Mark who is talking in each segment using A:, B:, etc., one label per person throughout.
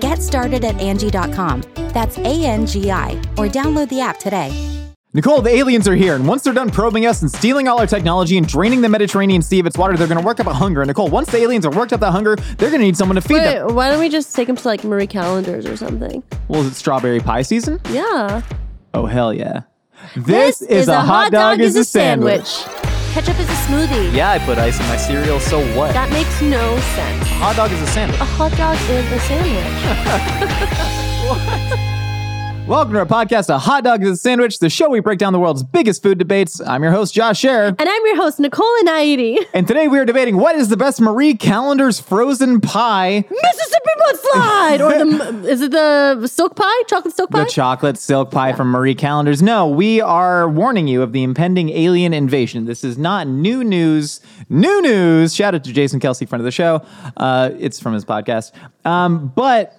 A: Get started at Angie.com. That's A N G I, or download the app today.
B: Nicole, the aliens are here, and once they're done probing us and stealing all our technology and draining the Mediterranean Sea of its water, they're going to work up a hunger. And Nicole, once the aliens have worked up that hunger, they're going to need someone to feed
C: Wait,
B: them.
C: why don't we just take them to like Marie Callender's or something?
B: Well, is it strawberry pie season?
C: Yeah.
B: Oh, hell yeah. This, is, a hot dog, is a sandwich.
C: Ketchup is a smoothie.
D: Yeah, I put ice in my cereal, so what?
C: That makes no sense.
B: Hot dog is a sandwich.
C: A hot dog is a sandwich.
B: Welcome to our podcast, A Hot Dog is a Sandwich, the show we break down the world's biggest food debates. I'm your host, Josh Scher.
C: And I'm your host, Nicole Anaidi.
B: And today we are debating what is the best Marie Callender's frozen pie?
C: Mississippi butt slide! Or the, is it the silk pie? Chocolate silk pie?
B: The chocolate silk pie from Marie Callender's. No, we are warning you of the impending alien invasion. This is not new news. New news. Shout out to Jason Kelsey, friend of the show. Uh, it's from his podcast. Um, but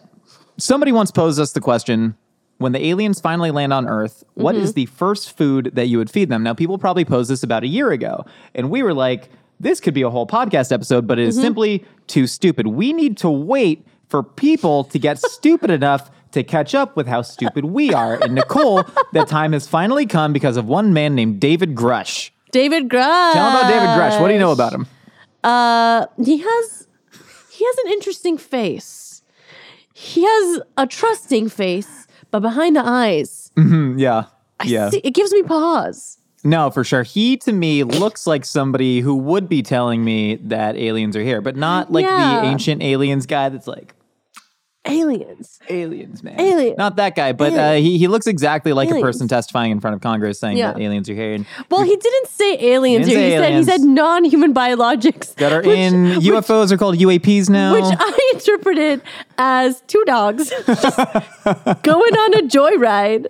B: somebody once posed us the question. When the aliens finally land on Earth, what is the first food that you would feed them? Now, people probably posed this about a year ago, and we were like, this could be a whole podcast episode, but it is simply too stupid. We need to wait for people to get stupid enough to catch up with how stupid we are. And Nicole, the time has finally come because of one man named David Grush.
C: David Grush.
B: Tell him about David Grush. What do you know about him?
C: Uh, he has he has an interesting face. He has a trusting face, but behind the eyes,
B: Yeah. Yeah.
C: see- it gives me pause.
B: No, for sure. He to me looks like somebody who would be telling me that aliens are here, but not like
C: Yeah.
B: the ancient aliens guy that's like
C: Aliens.
B: aliens, man.
C: Alien-
B: Not that guy, but uh,
C: Alien.
B: he he looks exactly like a
C: Aliens.
B: person testifying in front of Congress saying
C: Yeah.
B: that aliens are here. and
C: Well, he didn't say aliens.
B: Didn't
C: here.
B: say
C: he
B: aliens.
C: said he said non-human biologics
B: that are
C: which-
B: in uh, UFOs are called UAPs now.
C: which I interpreted as two dogs just going on a joyride,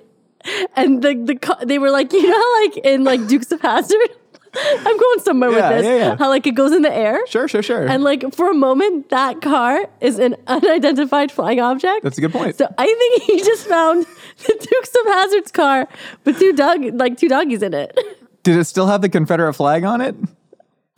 C: and the the co- they were like, you know, how, like in like Dukes of Hazard. I'm going somewhere
B: Yeah,
C: with this.
B: yeah, yeah.
C: How like it goes in the air.
B: sure, sure, sure.
C: And like for a moment, that car is an unidentified flying object.
B: That's a good point.
C: So I think he just found the Dukes of Hazard's car with two dog like two doggies in it.
B: Did it still have the Confederate flag on it?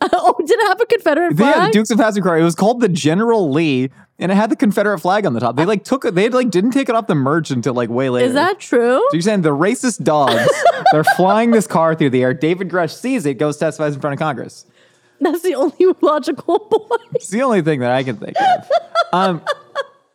C: oh, did it have a Confederate flag?
B: Yeah, the Dukes of Hazzard It was called the General Lee, and it had the Confederate flag on the top. They like took it. They like didn't take it off the merge until like way later.
C: is that true?
B: So you're saying the racist dogs? they're flying this car through the air. David Grush sees it, goes testifies in front of Congress.
C: That's the only logical point.
B: It's the only thing that I can think of. Um,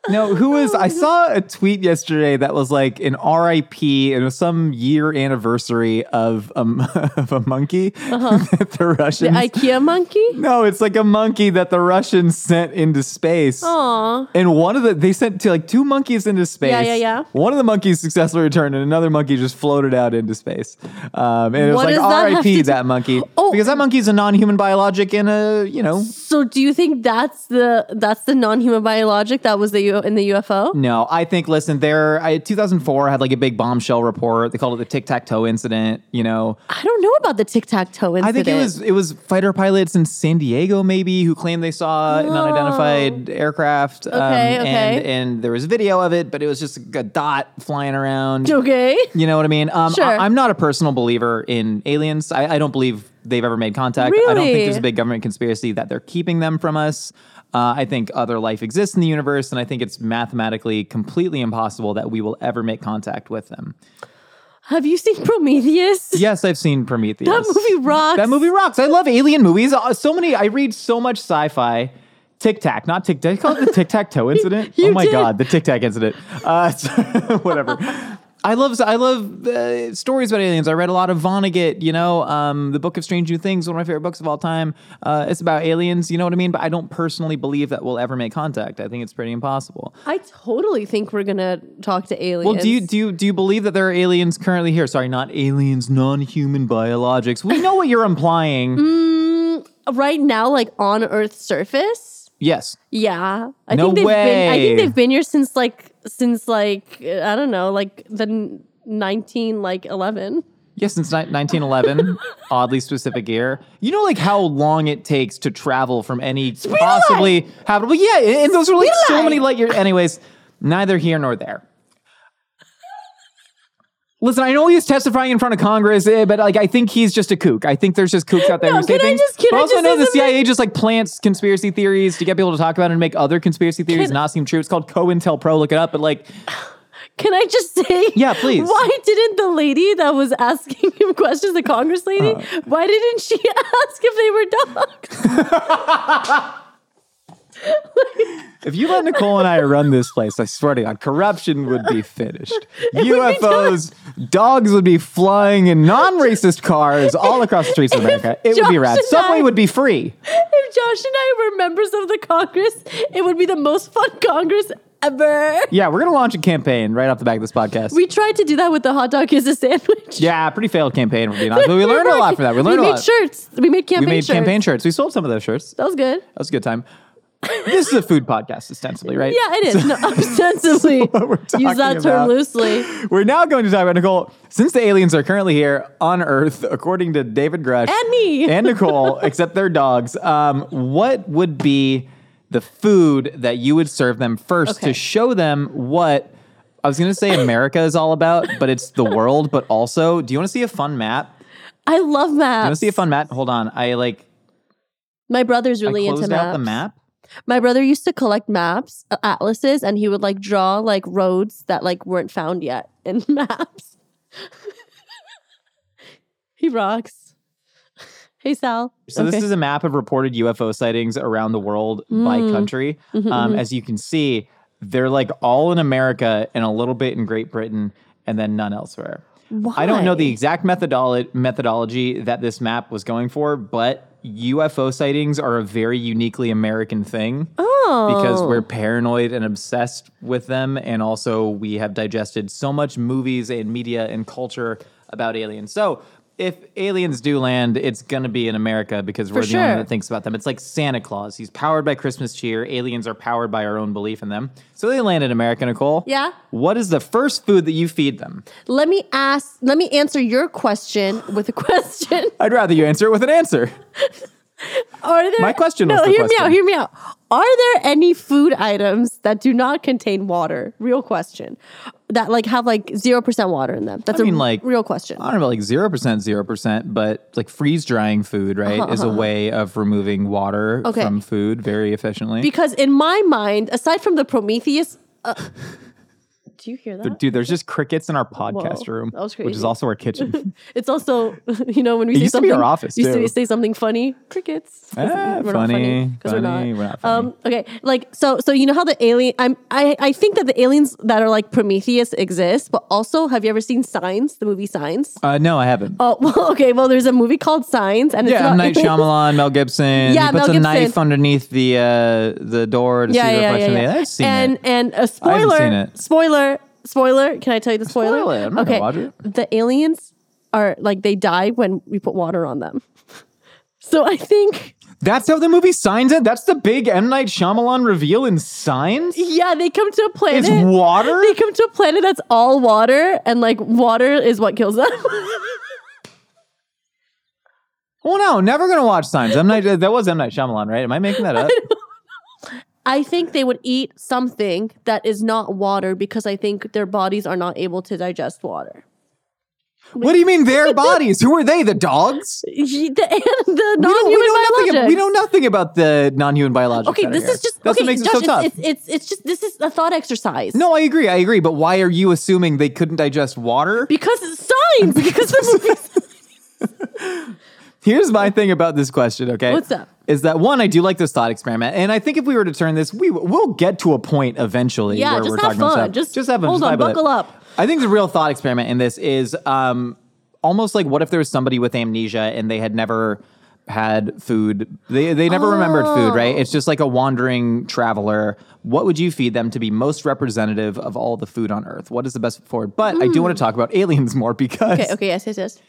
B: no, who is? I saw a tweet yesterday that was like an RIP, and it was some year anniversary of a, m- of a monkey that the
C: The
B: Russians.
C: IKEA monkey?
B: no, it's like a monkey that the Russians sent into space.
C: Oh, Aw.
B: And one of the they sent to like two monkeys into space.
C: Yeah, yeah, yeah.
B: One of the monkeys successfully returned, and another monkey just floated out into space. Um, and it was
C: What
B: like
C: does that have
B: R.I.P.
C: to do-
B: that monkey
C: Oh.
B: because that monkey's a non-human biologic and a you know
C: So do you think that's the that's the non-human biologic that was the U- in the UFO?
B: no. I think listen, there I, 2004 had like a big bombshell report. They called it the Tic Tac Toe incident. You know,
C: I don't know about the tic tac toe incident.
B: I think it was it was fighter pilots in San Diego maybe who claimed they saw an unidentified aircraft. Okay, And,
C: okay.
B: and there was video of it, but it was just a dot flying around.
C: okay.
B: You know what I mean? Um,
C: Sure.
B: I, am not a personal believer in aliens. I, I don't believe they've ever made contact. I don't think
C: Really?
B: there's a big government conspiracy that they're keeping them from us. Uh, I think other life exists in the universe, and I think it's mathematically completely impossible that we will ever make contact with them.
C: Have you seen Prometheus?
B: Yes, I've seen Prometheus.
C: That movie rocks.
B: That movie rocks. I love alien movies. Uh, so many. I read so much sci-fi. Tic Tac, not Tic. Did I call it the Tic Tac Toe incident?
C: You
B: oh my
C: did.
B: god, the Tic Tac incident. Uh, so- whatever. I love I love uh, stories about aliens. I read a lot of Vonnegut. You know, um, the Book of Strange New Things, one of my favorite books of all time. Uh, it's about aliens. You know what I mean? But I don't personally believe that we'll ever make contact. I think it's pretty impossible.
C: I totally think we're gonna talk to aliens.
B: Well, do you do you do you believe that there are aliens currently here? Sorry, not aliens, non-human biologics. We know what you're implying.
C: right now, like on Earth's surface?
B: Yes.
C: Yeah, I
B: No
C: think they've been. I
B: way.
C: think they've been here since like since like I don't know, like the n- nineteen like eleven.
B: Yeah, since ni- 1911, oddly specific year. You know, like how long it takes to travel from any possibly habitable. Yeah, and- and those are like so many light years. Anyways, neither here nor there. Listen, I know he's testifying in front of Congress, eh, but like I think he's just a kook. I think there's just kooks out there
C: No,
B: who say
C: can I
B: things.
C: just- can
B: but
C: I
B: also
C: just
B: know
C: say
B: the
C: something?
B: CIA just like plants conspiracy theories to get people to talk about it and make other conspiracy theories
C: Can-
B: not seem true. It's called COINTELPRO. Look it up. But like,
C: Can I just say?
B: Yeah, please.
C: Why didn't the lady that was asking him questions, the Congress lady,
B: Uh.
C: why didn't she ask if they were dogs?
B: If you let Nicole and I run this place, I swear to God, corruption would be finished. UFOs, dogs would be flying in non racist cars all across the streets of America. It would be
C: Josh
B: rad.
C: and
B: Subway
C: I-
B: would be free.
C: if Josh and I were members of the Congress, it would be the most fun Congress ever.
B: Yeah, we're going to launch a campaign right off the back of this podcast.
C: We tried to do that with the hot dog is a sandwich.
B: yeah, pretty failed campaign, if we're being honest. But we learned a lot from that. We learned
C: we
B: a
C: made
B: lot.
C: shirts. We made
B: we
C: campaign
B: made
C: shirts.
B: campaign shirts. We sold some of those shirts. That
C: That was good.
B: was a good time. this is a food podcast, ostensibly, right?
C: Yeah, it is. No, ostensibly.
B: we're
C: Use
B: talking
C: that
B: about-
C: term loosely.
B: We're now going to talk about Nicole. Since the aliens are currently here on Earth, according to David Grush
C: And me.
B: and Nicole, except they're dogs, um, what would be the food that you would serve them first
C: Okay.
B: to show them what I was going to say America is all about, but it's the world. But also, do you want to see a fun map? Do
C: I love
B: you want to
C: maps.
B: see a fun map? Hold on, I like
C: My brother's
B: I
C: really
B: closed
C: into
B: out
C: maps.
B: the map.
C: My brother used to collect maps, uh, atlases, and he would like draw like roads that like weren't found yet in maps. he rocks. Hey Sal.
B: So this is a map of reported UFO sightings around the world by
C: Mm-hmm.
B: country. Um, as you can see, they're like all in America and a little bit in Great Britain, and then none elsewhere. I don't know the
C: Why?
B: exact methodolo- methodology that this map was going for, but UFO sightings are a very uniquely American thing because
C: Oh.
B: we're paranoid and obsessed with them, and also we have digested so much movies and media and culture about aliens. So if aliens do land, it's gonna be in America because we're the only
C: sure.
B: one that thinks about them. It's like Santa Claus; he's powered by Christmas cheer. Aliens are powered by our own belief in them. So they land in America, Nicole.
C: Yeah.
B: What is the first food that you feed them?
C: Let me ask. Let me answer your question with a question.
B: I'd rather you answer it with an answer.
C: Are there?
B: My question
C: No,
B: was the
C: hear
B: question.
C: me out. Hear me out. Are there any food items that do not contain water? Real question. That like have like zero percent water in them. That's
B: I mean,
C: a
B: like
C: real question.
B: I don't know, like zero percent, zero percent, but like freeze drying food, right, is a way of removing water
C: Uh-huh. Okay.
B: from food very efficiently.
C: because in my mind, aside from the Prometheus, uh, do you hear that?
B: Dude, there's just crickets in our podcast
C: Whoa,
B: room,
C: that was
B: which is
C: crazy.
B: also our kitchen.
C: It's also you know when we say
B: used to be
C: something,
B: our office,
C: used
B: too.
C: to say something funny, crickets. 'Cause
B: Ah, funny,
C: we're not funny 'cause we're not.
B: funny, we're not funny.
C: Um, okay, like so, so you know how the alien? I'm, I, I think that the aliens that are like Prometheus exist, but also, have you ever seen Signs? The movie Signs.
B: uh, no, I haven't.
C: Oh, well, okay. Well, there's a movie called Signs, and it's
B: yeah,
C: about
B: M. Night
C: aliens.
B: Shyamalan, Mel Gibson.
C: Yeah,
B: he puts
C: Mel
B: a knife
C: Gibson.
B: underneath the uh, the door to
C: Yeah,
B: see the
C: yeah, yeah,
B: reflection. of the-
C: yeah.
B: I've seen
C: and
B: it.
C: and
B: I
C: a
B: haven't
C: spoiler,
B: seen it.
C: spoiler, spoiler. Can I tell you the spoiler?
B: Spoil it. I'm not gonna watch it.
C: The aliens are like they die when we put water on them. So I think
B: That's how the movie signs it. That's the big M. Night Shyamalan reveal in Signs.
C: yeah, they come to a planet.
B: It's water.
C: They come to a planet that's all water, and like water is what kills them.
B: Well, no, never gonna watch Signs. M. Night, that was M. Night Shyamalan, right? Am I making that up?
C: I think they would eat something that is not water because I think their bodies are not able to digest water.
B: What do you mean their bodies? Who are they? The dogs?
C: The, the
B: We don't, we know
C: non-human
B: nothing. ab- We
C: biologics.
B: know nothing about the non-human biologics.
C: Okay,
B: that are
C: this
B: here.
C: is just
B: that's
C: okay,
B: what makes
C: Josh,
B: it so tough.
C: It's, it's it's just this is a thought exercise.
B: no, I agree. I agree. But why are you assuming they couldn't digest water?
C: because it's signs. Because the movie.
B: Here's my thing about this question. Okay,
C: What's up?
B: Is that one? I do like this thought experiment, and I think if we were to turn this, we w- we'll get to a point eventually.
C: Yeah,
B: where
C: just
B: we're
C: have
B: talking about
C: fun.
B: stuff.
C: Just-
B: just have fun.
C: hold
B: Just
C: on,
B: vibe with it.
C: buckle up.
B: I think the real thought experiment in this is um, almost like what if there was somebody with amnesia and they had never had food they they never remembered food right it's just like a wandering traveler what would you feed them to be most representative of all the food on earth what is the best forward but i do want to talk about aliens more because
C: Hmm. okay, okay, yes, yes, yes.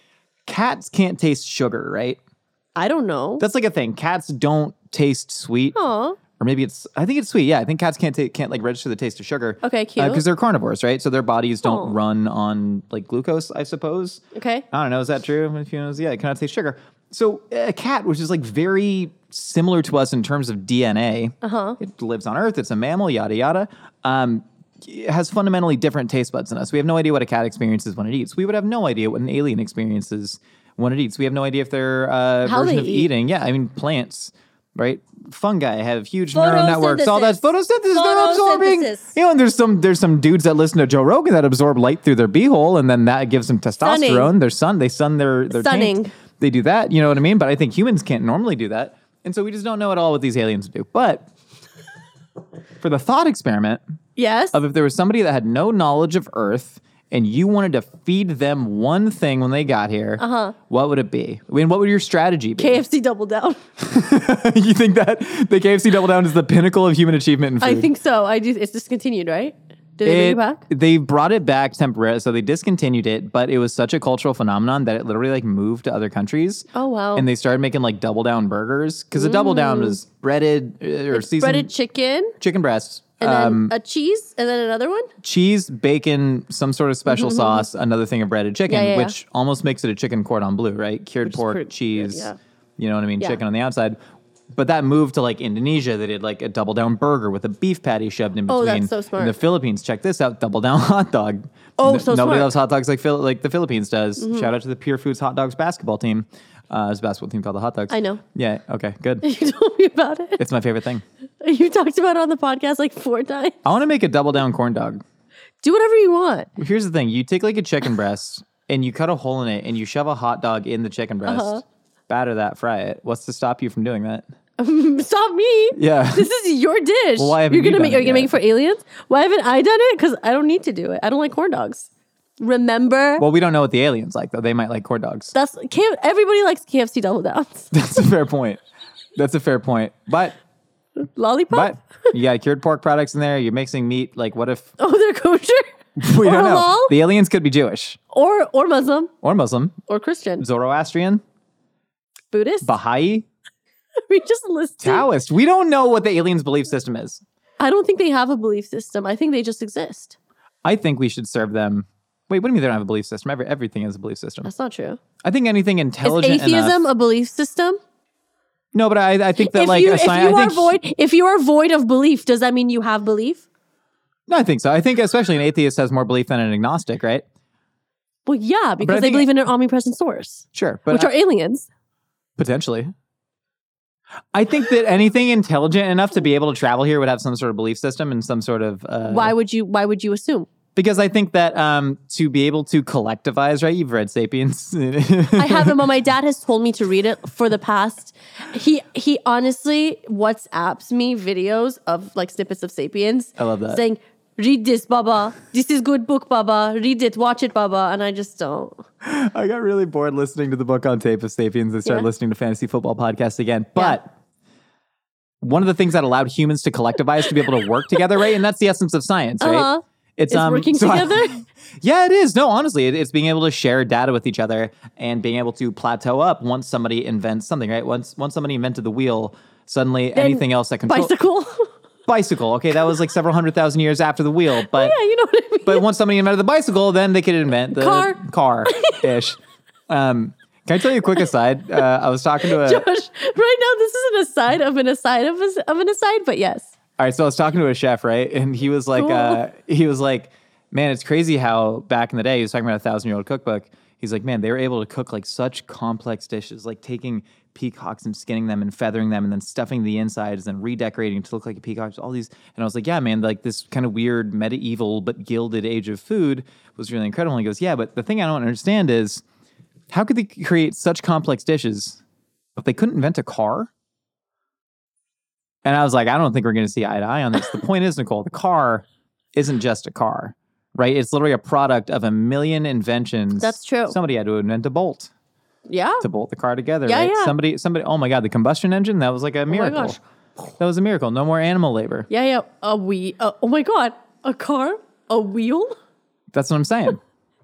B: cats can't taste sugar right
C: I don't know.
B: that's like a thing cats don't taste sweet
C: Aw.
B: or maybe it's I think it's sweet. Yeah, I think cats can't take can't like register the taste of sugar.
C: Okay, cute.
B: Because they're carnivores, right? So their bodies don't
C: Oh.
B: run on like glucose, I suppose.
C: Okay.
B: I don't know. Is that true? If you know, yeah, it cannot taste sugar. So a cat, which is like very similar to us in terms of DNA, uh-huh. it lives on Earth. It's a mammal, yada yada. Um, it has fundamentally different taste buds than us. We have no idea what a cat experiences when it eats. We would have no idea what an alien experiences when it eats. We have no idea if their uh,
C: How
B: version
C: they
B: of
C: eat.
B: eating. Yeah, I mean plants, right? Fungi have huge neural networks. All that
C: Photosynthesis.
B: photosynthesis. They're absorbing.
C: Photosynthesis.
B: You know, and there's some there's some dudes that listen to Joe Rogan that absorb light through their beehole, and then that gives them testosterone.
C: Stunning.
B: Their sun, they sun their their
C: Stunning.
B: taint. They do that. You know what I mean? But I think humans can't normally do that, and so we just don't know at all what these aliens do. But for the thought experiment
C: Yes.
B: of if there was somebody that had no knowledge of Earth. And you wanted to feed them one thing when they got here, uh-huh. what would it be? I mean, what would your strategy be?
C: KFC double down.
B: you think that the KFC Double Down is the pinnacle of human achievement in food?
C: I think so. I do. It's discontinued, right? Did they bring it back?
B: They brought it back temporarily, so they discontinued it. But it was such a cultural phenomenon that it literally like moved to other countries.
C: Oh, wow. Mm.
B: And they started making like double down burgers because a double down is breaded uh, or seasoned
C: Breaded chicken
B: chicken breasts,
C: and
B: um,
C: then a cheese and then another one.
B: cheese, bacon, some sort of special sauce, another thing of breaded chicken,
C: Mm-hmm, Yeah, yeah, yeah.
B: which almost makes it a chicken cordon bleu, right? Cured
C: is
B: pork,
C: pretty good,
B: cheese,
C: yeah.
B: you know what I mean,
C: Yeah.
B: chicken on the outside. But that moved to like Indonesia. They did like a double down burger with a beef patty shoved in between.
C: Oh, that's so smart.
B: In the Philippines, check this out: double down hot dog.
C: Oh, so
B: nobody
C: smart. Mm-hmm.
B: loves hot dogs like Phil- like the Philippines does. Shout out to the Pure Foods Hot Dogs basketball team. Uh, it's a basketball team called the Hot Dogs.
C: I know.
B: Yeah. Okay. Good.
C: You told me about it.
B: it's my favorite thing.
C: You talked about it on the podcast like four times.
B: I want to make a double down corn dog.
C: Do whatever you want.
B: Here's the thing: you take like a chicken breast and you cut a hole in it, and you shove a hot dog in the chicken
C: Uh-huh.
B: breast. Batter that, fry it. What's to stop you from doing that?
C: Stop me.
B: Yeah.
C: This is your dish.
B: why haven't
C: you're
B: you
C: gonna
B: done
C: make? Are you
B: it
C: gonna make
B: yet?
C: it for aliens? Why haven't I done it? Because I don't need to do it. I don't like corn dogs. Remember,
B: Well, we don't know what the aliens like though. They might like corn dogs.
C: that's K- everybody likes KFC double downs.
B: That's a fair point. That's a fair point. But
C: Lollipop.
B: but you got cured pork products in there. You're mixing meat. Like, what if
C: Oh, they're kosher.
B: we
C: or
B: don't know?
C: halal?
B: The aliens could be Jewish
C: or or Muslim
B: or Muslim,
C: or Christian,
B: Zoroastrian,
C: Buddhist.
B: Baha'i,
C: we just listed.
B: Taoist. We don't know what the aliens' belief system is.
C: I don't think they have a belief system. I think they just exist.
B: I think we should serve them. Wait, what do you mean they don't have a belief system? Every, everything is a belief system.
C: That's not true.
B: I think anything
C: Is
B: intelligent
C: atheism
B: enough.
C: a belief system?
B: No, but I, I think that
C: if
B: like
C: you,
B: a
C: if
B: sci-
C: you
B: I
C: are
B: think
C: void, if you are void of belief, does that mean you have belief?
B: no, I think so. I think especially an atheist has more belief than an agnostic, right?
C: Well, yeah, because they
B: think-
C: believe in an omnipresent source,
B: Sure, but
C: which
B: I-
C: are aliens.
B: potentially. I think that anything intelligent enough to be able to travel here would have some sort of belief system and some sort of uh,
C: why would you? Why would you assume?
B: Because I think that um, to be able to collectivize, right? You've read *Sapiens*.
C: I have it, but my dad has told me to read it for the past. He he honestly WhatsApps me videos of like snippets of Sapiens.
B: I love that.
C: Saying, "Read this, Baba. This is good book, Baba. Read it, watch it, Baba." And I just don't.
B: I got really bored listening to the book on tape of Sapiens. I started
C: Yeah.
B: listening to fantasy football podcasts again. But one of the things that allowed humans to collectivize to be able to work together, right? And that's the essence of science,
C: Uh-huh.
B: right? It's, um,
C: It's working
B: so I-
C: together?
B: yeah, it is. No, honestly, it, it's being able to share data with each other and being able to plateau up once somebody invents something, right? Once once somebody invented the wheel, suddenly anything else that controls
C: Bicycle.
B: bicycle. Okay, that was like several hundred thousand years after the wheel, but
C: Oh, yeah, you know what I mean.
B: but once somebody invented the bicycle, then they could invent the
C: Car.
B: car ish. um, can I tell you a quick aside? Uh, I was talking to a
C: Josh, right now this is an aside of an aside of, a, of an aside, but yes.
B: all right, so I was talking to a chef, right? And he was like,
C: Cool.
B: uh, he was like, man, it's crazy how back in the day he was talking about a thousand year old cookbook. He's like, man, they were able to cook like such complex dishes, like taking peacocks and skinning them and feathering them and then stuffing the insides and redecorating to look like a peacock. All these, and I was like, yeah, man, like this kind of weird medieval but gilded age of food was really incredible. And he goes, yeah, but the thing I don't understand is how could they create such complex dishes if they couldn't invent a car? And I was like, I don't think we're going to see eye to eye on this. The point is, Nicole, the car isn't just a car, right? It's literally a product of a million inventions.
C: That's true.
B: Somebody had to invent a bolt
C: Yeah.
B: to bolt the car together.
C: Yeah,
B: right?
C: yeah. Oh
B: Somebody, somebody. Oh my God, the combustion engine. That was like a miracle.
C: gosh.
B: That was a miracle. No more animal labor.
C: Yeah, yeah. A wheel. Uh, oh my god. A car. A wheel.
B: That's what I'm saying.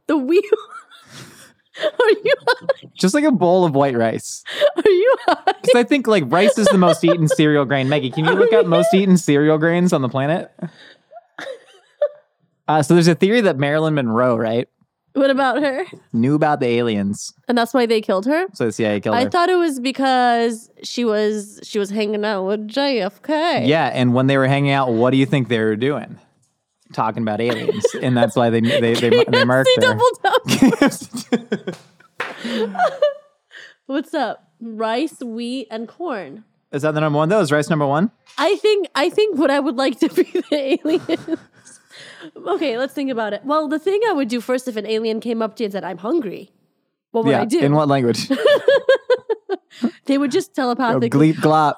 C: The wheel. Are you
B: Just like a bowl of white rice.
C: are you high?
B: Because I think like rice is the most eaten cereal grain. Maggie, can you look up most eaten cereal grains on the planet? Uh, so there's a theory that Marilyn Monroe, right,
C: What about her?
B: knew about the aliens.
C: And that's why they killed her?
B: So the CIA killed
C: I
B: her.
C: thought it was because she was she was hanging out with JFK.
B: yeah, and when they were hanging out, what do you think they were doing? Talking about aliens, and that's why they they they, they,
C: KFC
B: marked her.
C: double down. What's up? Rice, wheat, and corn.
B: Is that the number one? Though is rice number one.
C: I think I think what I would like to be the alien. okay, let's think about it. Well, the thing I would do first if an alien came up to you and said, "I'm hungry," what would I do?
B: In what language?
C: they would just
B: Oh,
C: telepathically.
B: gleep glop.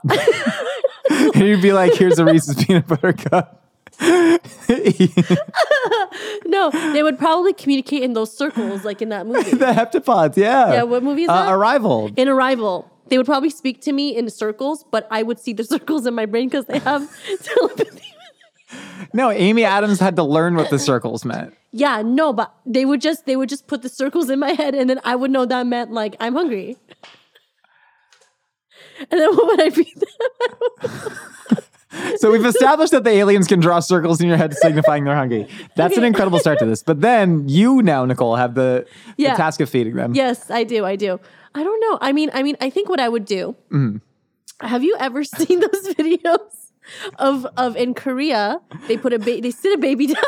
B: You'd be like, here's a Reese's peanut butter cup.
C: No, they would probably communicate in those circles, like in that movie.
B: the heptapods, yeah.
C: Yeah, what movie is
B: uh,
C: that?
B: Arrival.
C: in Arrival, they would probably speak to me in circles, but I would see the circles in my brain because they have telepathy.
B: No, Amy Adams had to learn what the circles meant.
C: Yeah, no, but they would just they would just put the circles in my head, and then I would know that meant like I'm hungry. And then what would I be?
B: So we've established that the aliens can draw circles in your head signifying they're hungry. That's an
C: Okay.
B: incredible start to this. But then you now, Nicole, have the,
C: Yeah.
B: the task of feeding them.
C: yes, I do. I do. I don't know. I mean, I mean, I think what I would do. Have you ever seen those videos of of in Korea they put a ba- they sit a baby down.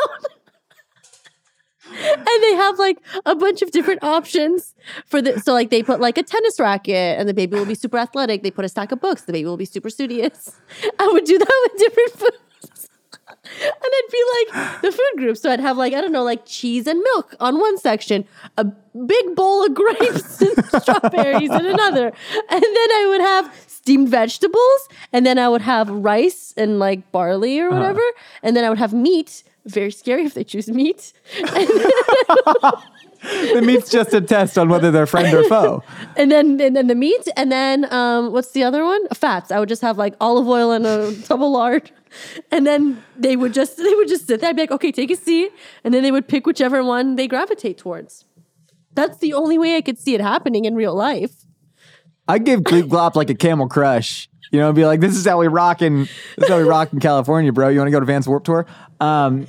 C: And they have like a bunch of different options for the so like they put like a tennis racket and the baby will be super athletic. They put a stack of books, the baby will be super studious. I would do that with different foods. And I'd be like the food group. So I'd have like, I don't know, like cheese and milk on one section, a big bowl of grapes and strawberries in another. And then I would have steamed vegetables, and then I would have rice and like barley or whatever. And then I would have meat. Very scary if they choose meat. And then-
B: The meat's just a test on whether they're friend or foe.
C: and then and then the meat, and then um, what's the other one? Fats. I would just have like olive oil and a double lard, and then they would just they would just sit there. I'd be like, okay, take a seat, and then they would pick whichever one they gravitate towards. That's the only way I could see it happening in real life.
B: I'd give Gleep Glop like a camel crush. You know, and be like, this is how we rock in this is how we rock in California, bro. You want to go to Vance Warp Tour? Um,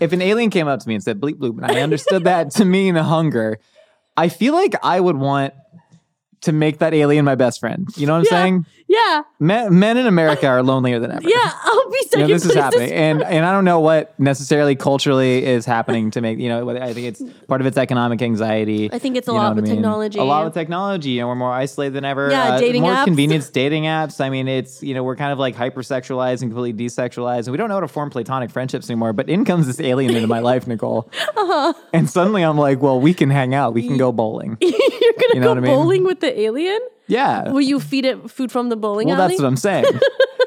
B: if an alien came up to me and said bleep bloop and I understood that to mean hunger, I feel like I would want to make that alien my best friend. You know what I'm saying?
C: Yeah,
B: Men, men in America are lonelier than ever.
C: yeah. I'll be
B: You know,
C: second.
B: this is
C: place.
B: happening, and and I don't know what necessarily culturally is happening to make you know. whether- I think it's part of its economic anxiety.
C: I think it's a
B: you know
C: lot
B: what
C: with
B: I mean?
C: technology.
B: A lot with technology. You know, we're more isolated than ever. Uh,
C: Yeah, dating
B: more
C: apps.
B: convenience dating apps. I mean, it's you know we're kind of like hypersexualized and completely desexualized, and we don't know how to form platonic friendships anymore. But in comes this alien into my life, Nicole,
C: Uh-huh.
B: and suddenly I'm like, well, we can hang out. We can go bowling.
C: You're gonna
B: You know
C: go
B: what I mean?
C: bowling with the alien?
B: Yeah.
C: Will you feed it food from the bowling
B: Well,
C: alley?
B: that's what I'm saying.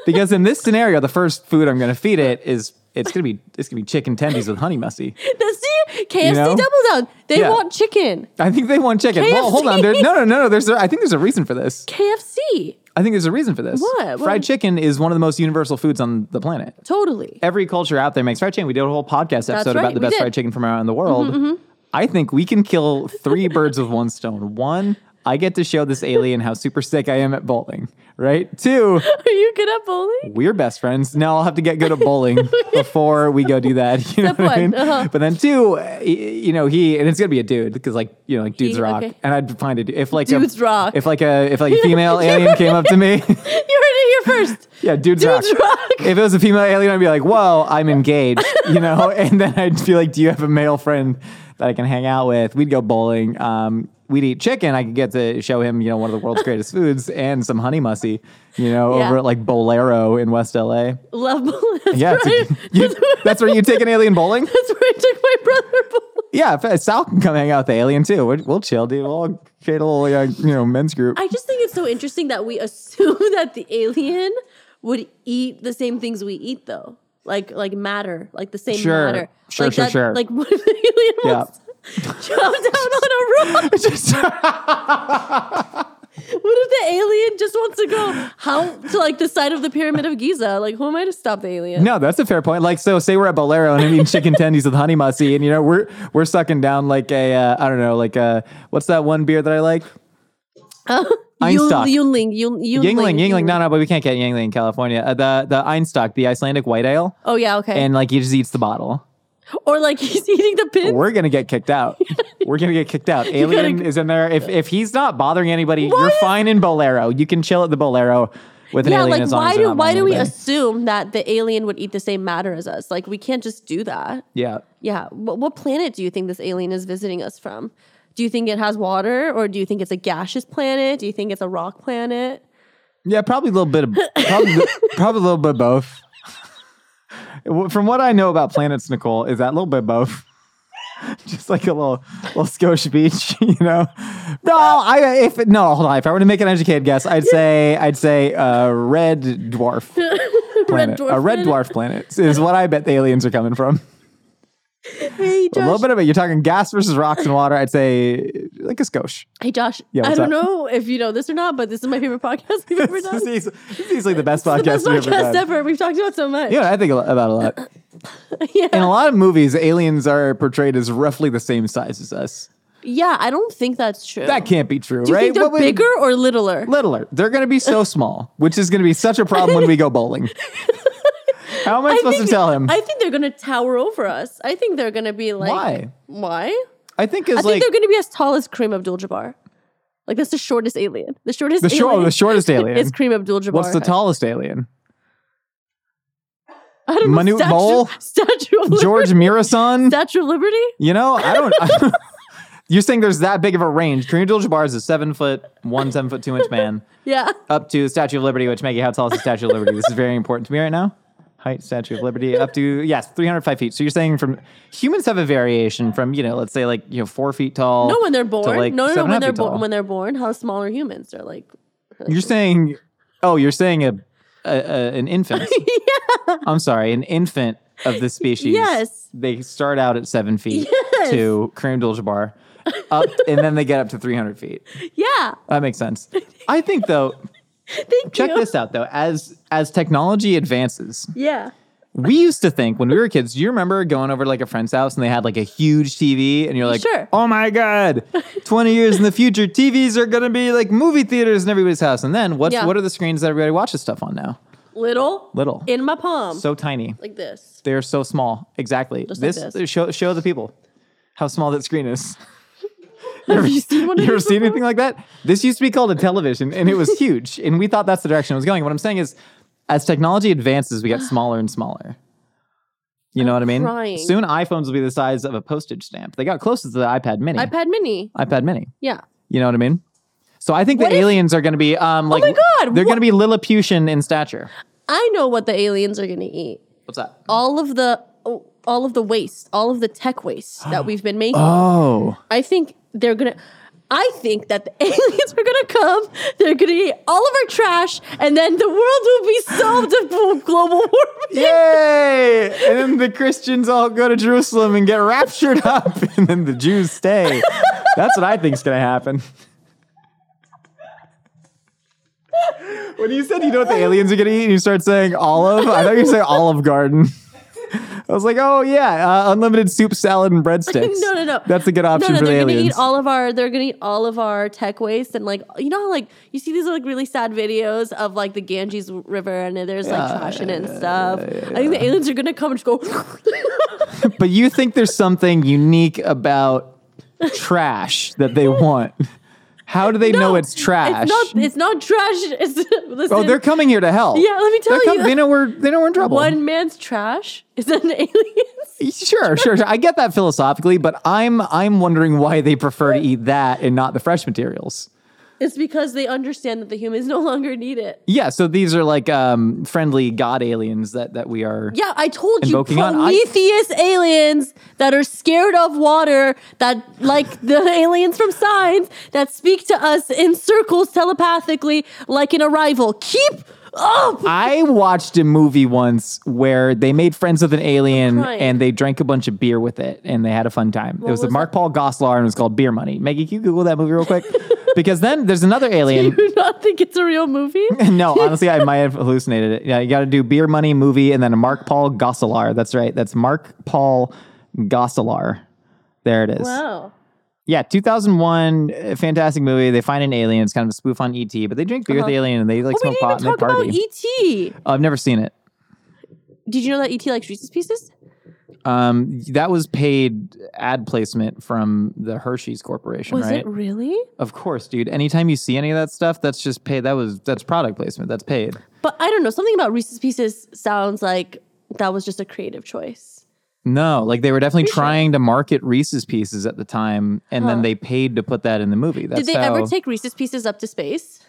B: because in this scenario, the first food I'm going to feed it is it's going to be it's going to be chicken tendies with honey messy.
C: That's the KFC
B: know?
C: double down. They
B: Yeah.
C: want chicken.
B: I think they want chicken. Well, hold on. There, no, no, no, no. There's a, I think there's a reason for this.
C: KFC.
B: I think there's a reason for this.
C: What? What-
B: Fried chicken is one of the most universal foods on the planet.
C: Totally.
B: Every culture out there makes fried chicken. We did a whole podcast episode
C: right,
B: about the
C: we
B: best
C: did. Mm-hmm,
B: fried chicken from around the world. I think we can kill three birds with one stone. One, I get to show this alien how super sick I am at bowling, right? Two,
C: Are you good at bowling?
B: we're best friends. Now I'll have to get good at bowling before we go do that. You know
C: Step
B: what I
C: one,
B: mean?
C: uh-huh.
B: But then two, uh, y- you know, he and it's gonna be a dude because like you know like dudes
C: He-
B: rock,
C: okay.
B: and I'd find a du- if like
C: Dudes
B: a,
C: rock.
B: if like a if like a female alien came up to me.
C: You heard it here first.
B: Yeah, dudes,
C: Dudes rock.
B: If it was a female alien, I'd be like, "Whoa, I'm engaged," you know. And then I'd be like, "Do you have a male friend that I can hang out with?" We'd go bowling. Um, we'd eat chicken, I could get to show him, you know, one of the world's greatest foods and some honey mussy, you know,
C: Yeah.
B: over at like Bolero in West LA.
C: Love That's
B: Yeah, it's a-
C: right.
B: you-
C: that's, where,
B: that's where you take an alien bowling.
C: that's where I took my brother. bowling.
B: Yeah, if- if Sal can come hang out with the alien too. We'll, we'll chill, dude. We'll all create a little, uh, you know, men's group.
C: I just think it's so interesting that we assume that the alien would eat the same things we eat, though. Like like matter, like the same
B: Sure.
C: matter.
B: Sure,
C: like
B: sure, sure.
C: Like what if the alien was chopped down on a rock?
B: Just-
C: What if the alien just wants to go how to like the side of the pyramid of Giza? Like who am I to stop the alien?
B: no, that's a fair point. Like, so say we're at Bolero and I'm eating chicken tendies with honey mussy, and you know we're we're sucking down like a uh, I don't know, like a what's that one beer that I like?
C: Uh,
B: Einstock.
C: Yunling, Yun- Yunling,
B: Yingling, Yingling. No, no, but we can't get Yingling in California. Uh, the the Einstock, the Icelandic white ale,
C: Oh yeah, okay.
B: and like he just eats the bottle.
C: or like he's eating the pin.
B: We're gonna get kicked out. We're gonna get kicked out. Alien
C: gotta-
B: is in there. If if he's not bothering anybody,
C: Why
B: you're
C: is-
B: fine in Bolero. You can chill at the Bolero with an
C: yeah,
B: alien
C: like
B: as long as
C: why
B: they're
C: do
B: not
C: why do
B: minding
C: we
B: anybody.
C: assume that the alien would eat the same matter as us? Like we can't just do that.
B: Yeah.
C: Yeah. What, what planet do you think this alien is visiting us from? Do you think it has water, or do you think it's a gaseous planet? Do you think it's a rock planet?
B: Yeah, probably a little bit of probably, probably a little bit of both. From what I know about planets, Nicole, is that a little bit of both. Just like a little little Scotia Beach, you know. No, I if no, hold on. If I were to make an educated guess, I'd say I'd say uh, red dwarf planet.
C: dwarf
B: a red
C: planet.
B: dwarf planet is what I bet the aliens are coming from.
C: Hey
B: A little
C: Josh,
B: bit of it. You're talking gas versus rocks and water. I'd say like a skosh.
C: hey Josh.
B: Yeah,
C: I
B: what's
C: don't
B: up?
C: know if you know this or not, but this is my favorite podcast we've ever
B: This
C: done.
B: is, easily, this is easily the best
C: the
B: podcast
C: best
B: we've ever
C: podcast
B: done.
C: ever. We've talked about so much.
B: You know, I think a lot- about a lot.
C: yeah.
B: in a lot of movies, aliens are portrayed as roughly the same size as us.
C: Yeah, I don't think that's true.
B: That can't be true,
C: Do you
B: right?
C: think they're
B: What would-
C: bigger or littler?
B: littler. They're going to be so small, which is going to be such a problem when we go bowling. How am I, supposed to
C: think-
B: tell him? I,
C: I think they're gonna tower over us. I think they're gonna be like
B: Why?
C: Why?
B: think
C: I
B: it's
C: think
B: like
C: they're gonna be as tall as Kareem Abdul-Jabbar. Like that's the shortest alien. The shortest.
B: the short,
C: alien
B: the shortest alien.
C: is Kareem Abdul-Jabbar.
B: What's the tallest alien?
C: I don't know,
B: Manute
C: Statue-
B: Bowl?
C: Statue of Liberty.
B: George Mirasan?
C: Statue of Liberty.
B: You know, I don't. you're saying there's that big of a range. Kareem Abdul-Jabbar is a seven foot one, seven foot two inch man.
C: Yeah.
B: up to the Statue of Liberty, which Maggie, how tall is the Statue of Liberty? This is very important to me right now. Height, Statue of Liberty, up to yes, three hundred five feet. So you're saying from humans have a variation from you know, let's say like you know, four feet tall.
C: No, when they're born.
B: To like
C: no, no, no.
B: seven
C: When
B: and a
C: they're
B: half feet
C: born.
B: tall.
C: When they're born, how small are humans? They're like.
B: you're saying, oh, you're saying a, a, a an infant. yeah. I'm sorry, an infant of this species.
C: Yes.
B: They start out at seven feet
C: Yes.
B: to Kareem Abdul-Jabbar, up, and then they get up to three hundred feet.
C: Yeah.
B: That makes sense. I think though,
C: Thank
B: check
C: you.
B: this out though. As as technology advances,
C: Yeah.
B: we used to think when we were kids, do you remember going over to like a friend's house and they had like a huge TV and you're like,
C: Sure.
B: oh my God, 20 years in the future, TVs are going to be like movie theaters in everybody's house. And then what's,
C: Yeah.
B: what are the screens that everybody watches stuff on now?
C: Little.
B: Little.
C: In my palm.
B: So tiny.
C: like this.
B: They're so small. Exactly.
C: Just like
B: this,
C: this.
B: Show, show the people how small that screen is.
C: Have you seen one of
B: You ever
C: these
B: seen
C: before?
B: anything like that? This used to be called a television, and it was huge, and we thought that's the direction it was going. What I'm saying is, as technology advances, we get smaller and smaller. You know what I mean?
C: crying.
B: Soon, iPhones will be the size of a postage stamp. They got close to the iPad Mini.
C: iPad mini.
B: iPad Mini.
C: Yeah.
B: You know what I mean? So I think
C: What
B: the
C: if- Oh
B: aliens are going to be um like
C: my God,
B: they're
C: what-
B: going to be Lilliputian in stature.
C: I know what the aliens are going to eat.
B: What's that?
C: All of the all of the waste, all of the tech waste that we've been making.
B: Oh,
C: I think they're going to I think that the aliens are going to come. They're going to eat all of our trash and then the world will be solved of global warming.
B: yay! and then the Christians all go to Jerusalem and get raptured up, and then the Jews stay. That's what I think's going to happen. When you said you know what the aliens are going to eat, and you start saying olive, I thought you said Olive Garden. I was like, oh yeah, uh, unlimited soup, salad, and breadsticks.
C: No, no, no.
B: That's a good option
C: no, no,
B: for the
C: they're gonna
B: aliens.
C: eat all of our. They're gonna eat all of our tech waste and like you know, how, like you see these like really sad videos of like the Ganges River and there's like trash in it and stuff. I think the aliens are gonna come and just go.
B: but you think there's something unique about trash that they want. How do they know
C: No,
B: it's trash?
C: It's not. It's not trash. It's, listen,
B: oh, they're coming here to help.
C: Yeah, let me tell
B: They're com-
C: you.
B: They know we're they know we're in trouble.
C: One man's trash is an alien's.
B: Sure, sure, sure. I get that philosophically, but I'm I'm wondering why they prefer to eat that and not the fresh materials.
C: It's because they understand that the humans no longer need it.
B: Yeah, so these are like um, friendly god aliens that that we are.
C: Yeah, I told you,
B: Invoking on- I-
C: Prometheus aliens that are scared of water, that like the aliens from Signs that speak to us in circles telepathically, like an arrival. Keep up.
B: I watched a movie once where they made friends with an alien
C: I'm crying.
B: and they drank a bunch of beer with it and they had a fun time. it was, a
C: was
B: Mark Paul Gosselaar and it was called Beer Money. Maggie, can you Google that movie real quick? because then there's another alien.
C: Do you not think it's a real movie?
B: no, honestly, I might have hallucinated it. Yeah, you got to do Beer Money movie and then a Mark Paul Gosselaar. That's right. That's Mark Paul Gosselaar. There it is.
C: wow.
B: Yeah, 2001, uh, fantastic movie. They find an alien. It's kind of a spoof on ET, but they drink beer with the alien and they like
C: Oh, we
B: smoke pot
C: didn't even
B: and they
C: talk
B: party.
C: about ET.
B: Oh, I've never seen it.
C: Did you know that ET likes Reese's Pieces?
B: Um, that was paid ad placement from the Hershey's Corporation,
C: Was
B: right?
C: it really?
B: Of course, dude. Anytime you see any of that stuff, that's just paid. That was that's product placement. That's paid.
C: But I don't know. Something about Reese's Pieces sounds like that was just a creative choice.
B: No, like they were definitely trying to market Reese's Pieces at the time, and then they paid to put that in the movie. That's
C: Did they ever
B: how-
C: take Reese's Pieces up to space?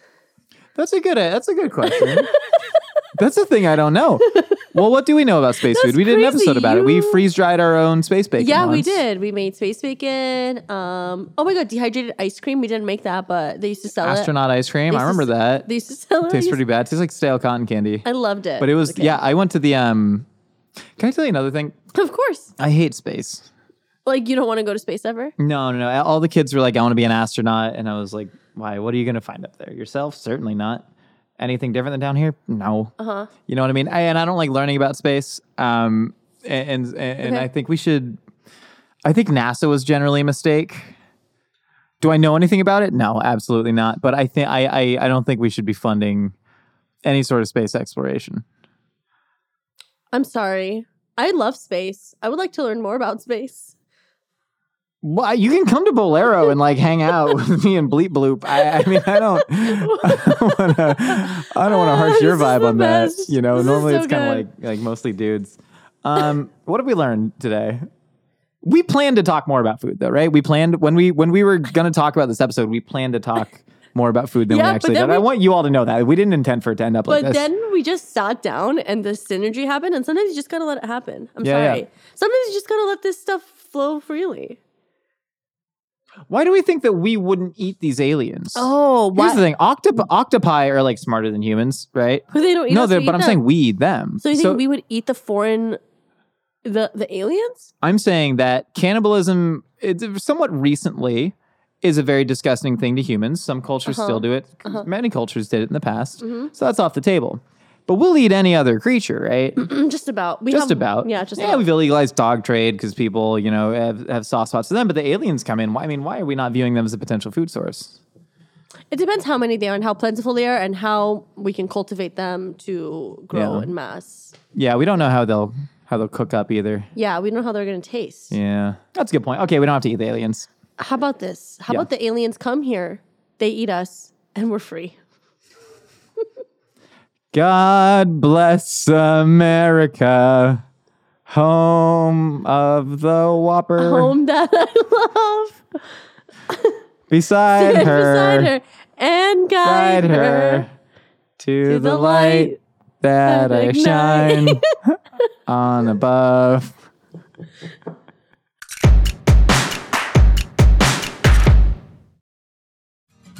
B: That's a good. That's a good question. that's a thing I don't know. Well, what do we know about space food? We did an
C: crazy.
B: episode about it. We
C: You-
B: freeze dried our own space bacon.
C: Yeah, we
B: once.
C: did. We made space bacon. Um, oh my god, dehydrated ice cream. We didn't make that, but they used to sell
B: Astronaut ice cream.
C: it.
B: I remember that.
C: They used to sell it.
B: Tastes
C: Used-
B: pretty bad. Tastes like stale cotton candy.
C: I loved it.
B: But it was
C: Okay.
B: yeah. I went to the um. Can I tell you another thing?
C: Of course.
B: I hate space.
C: Like you don't want to go to space ever.
B: No, no, no. All the kids were like, "I want to be an astronaut," and I was like, "Why? What are you going to find up there? Yourself? Certainly not. Anything different than down here? No. Uh-huh. You know what I mean? I, and I don't like learning about space. Um, and and, and
C: Okay.
B: I think we should. I think NASA was generally a mistake. Do I know anything about it? No, absolutely not. But I think I, I I don't think we should be funding any sort of space exploration.
C: I'm sorry. I love space. I would like to learn more about space.
B: Well, you can come to Bolero and like hang out with me and bleep bloop. I, I mean, I don't, I don't want to, I don't want to
C: This
B: harsh your
C: is
B: vibe
C: the
B: on
C: best.
B: that. You know,
C: This is
B: normally
C: so
B: it's kind of
C: good.
B: like like mostly dudes. Um, what did we learn today? We planned to talk more about food, though, right? We planned when we when we were going to talk about this episode, we planned to talk more about food than
C: Yeah,
B: we
C: but
B: actually
C: then
B: did.
C: we-
B: I want you all to know that we didn't intend for it to end up like
C: But
B: this.
C: then we just sat down and the synergy happened, and sometimes you just gotta let it happen. I'm
B: Yeah, yeah.
C: sorry. Sometimes you just gotta let this stuff flow freely.
B: Why do we think that we wouldn't eat these aliens?
C: Oh,
B: Here's the thing: Octop- octopi are like smarter than humans, right?
C: But they don't eat
B: no,
C: us,
B: they're-
C: we
B: but
C: eat
B: I'm
C: them.
B: saying we eat them.
C: So you think we would eat the foreign, the the aliens?
B: I'm saying that cannibalism, it's somewhat recently, is a very disgusting thing to humans. Some cultures
C: Uh-huh.
B: still do it. Many cultures did it in the past.
C: Mm-hmm.
B: So that's off the table. But we'll eat any other creature, right?
C: Mm, just about. We
B: just
C: have-
B: about.
C: Yeah, just
B: yeah.
C: about.
B: We've illegalized dog trade because people, you know, have, have soft spots for them. But the aliens come in. Why? I mean, why are we not viewing them as a potential food source?
C: It depends how many they are and how plentiful they are and how we can cultivate them to grow
B: Yeah.
C: in mass.
B: Yeah, we don't know how they'll how they'll cook up either.
C: Yeah, we don't know how they're gonna taste.
B: Yeah, that's a good point. Okay, we don't have to eat the aliens.
C: How about this? How
B: Yeah.
C: about the aliens come here, they eat us, and we're free.
B: God bless America, home of the Whopper.
C: Home that I love.
B: Beside,
C: and
B: her,
C: beside her and guide,
B: guide
C: her.
B: her to the, light that I
C: that
B: shine on above.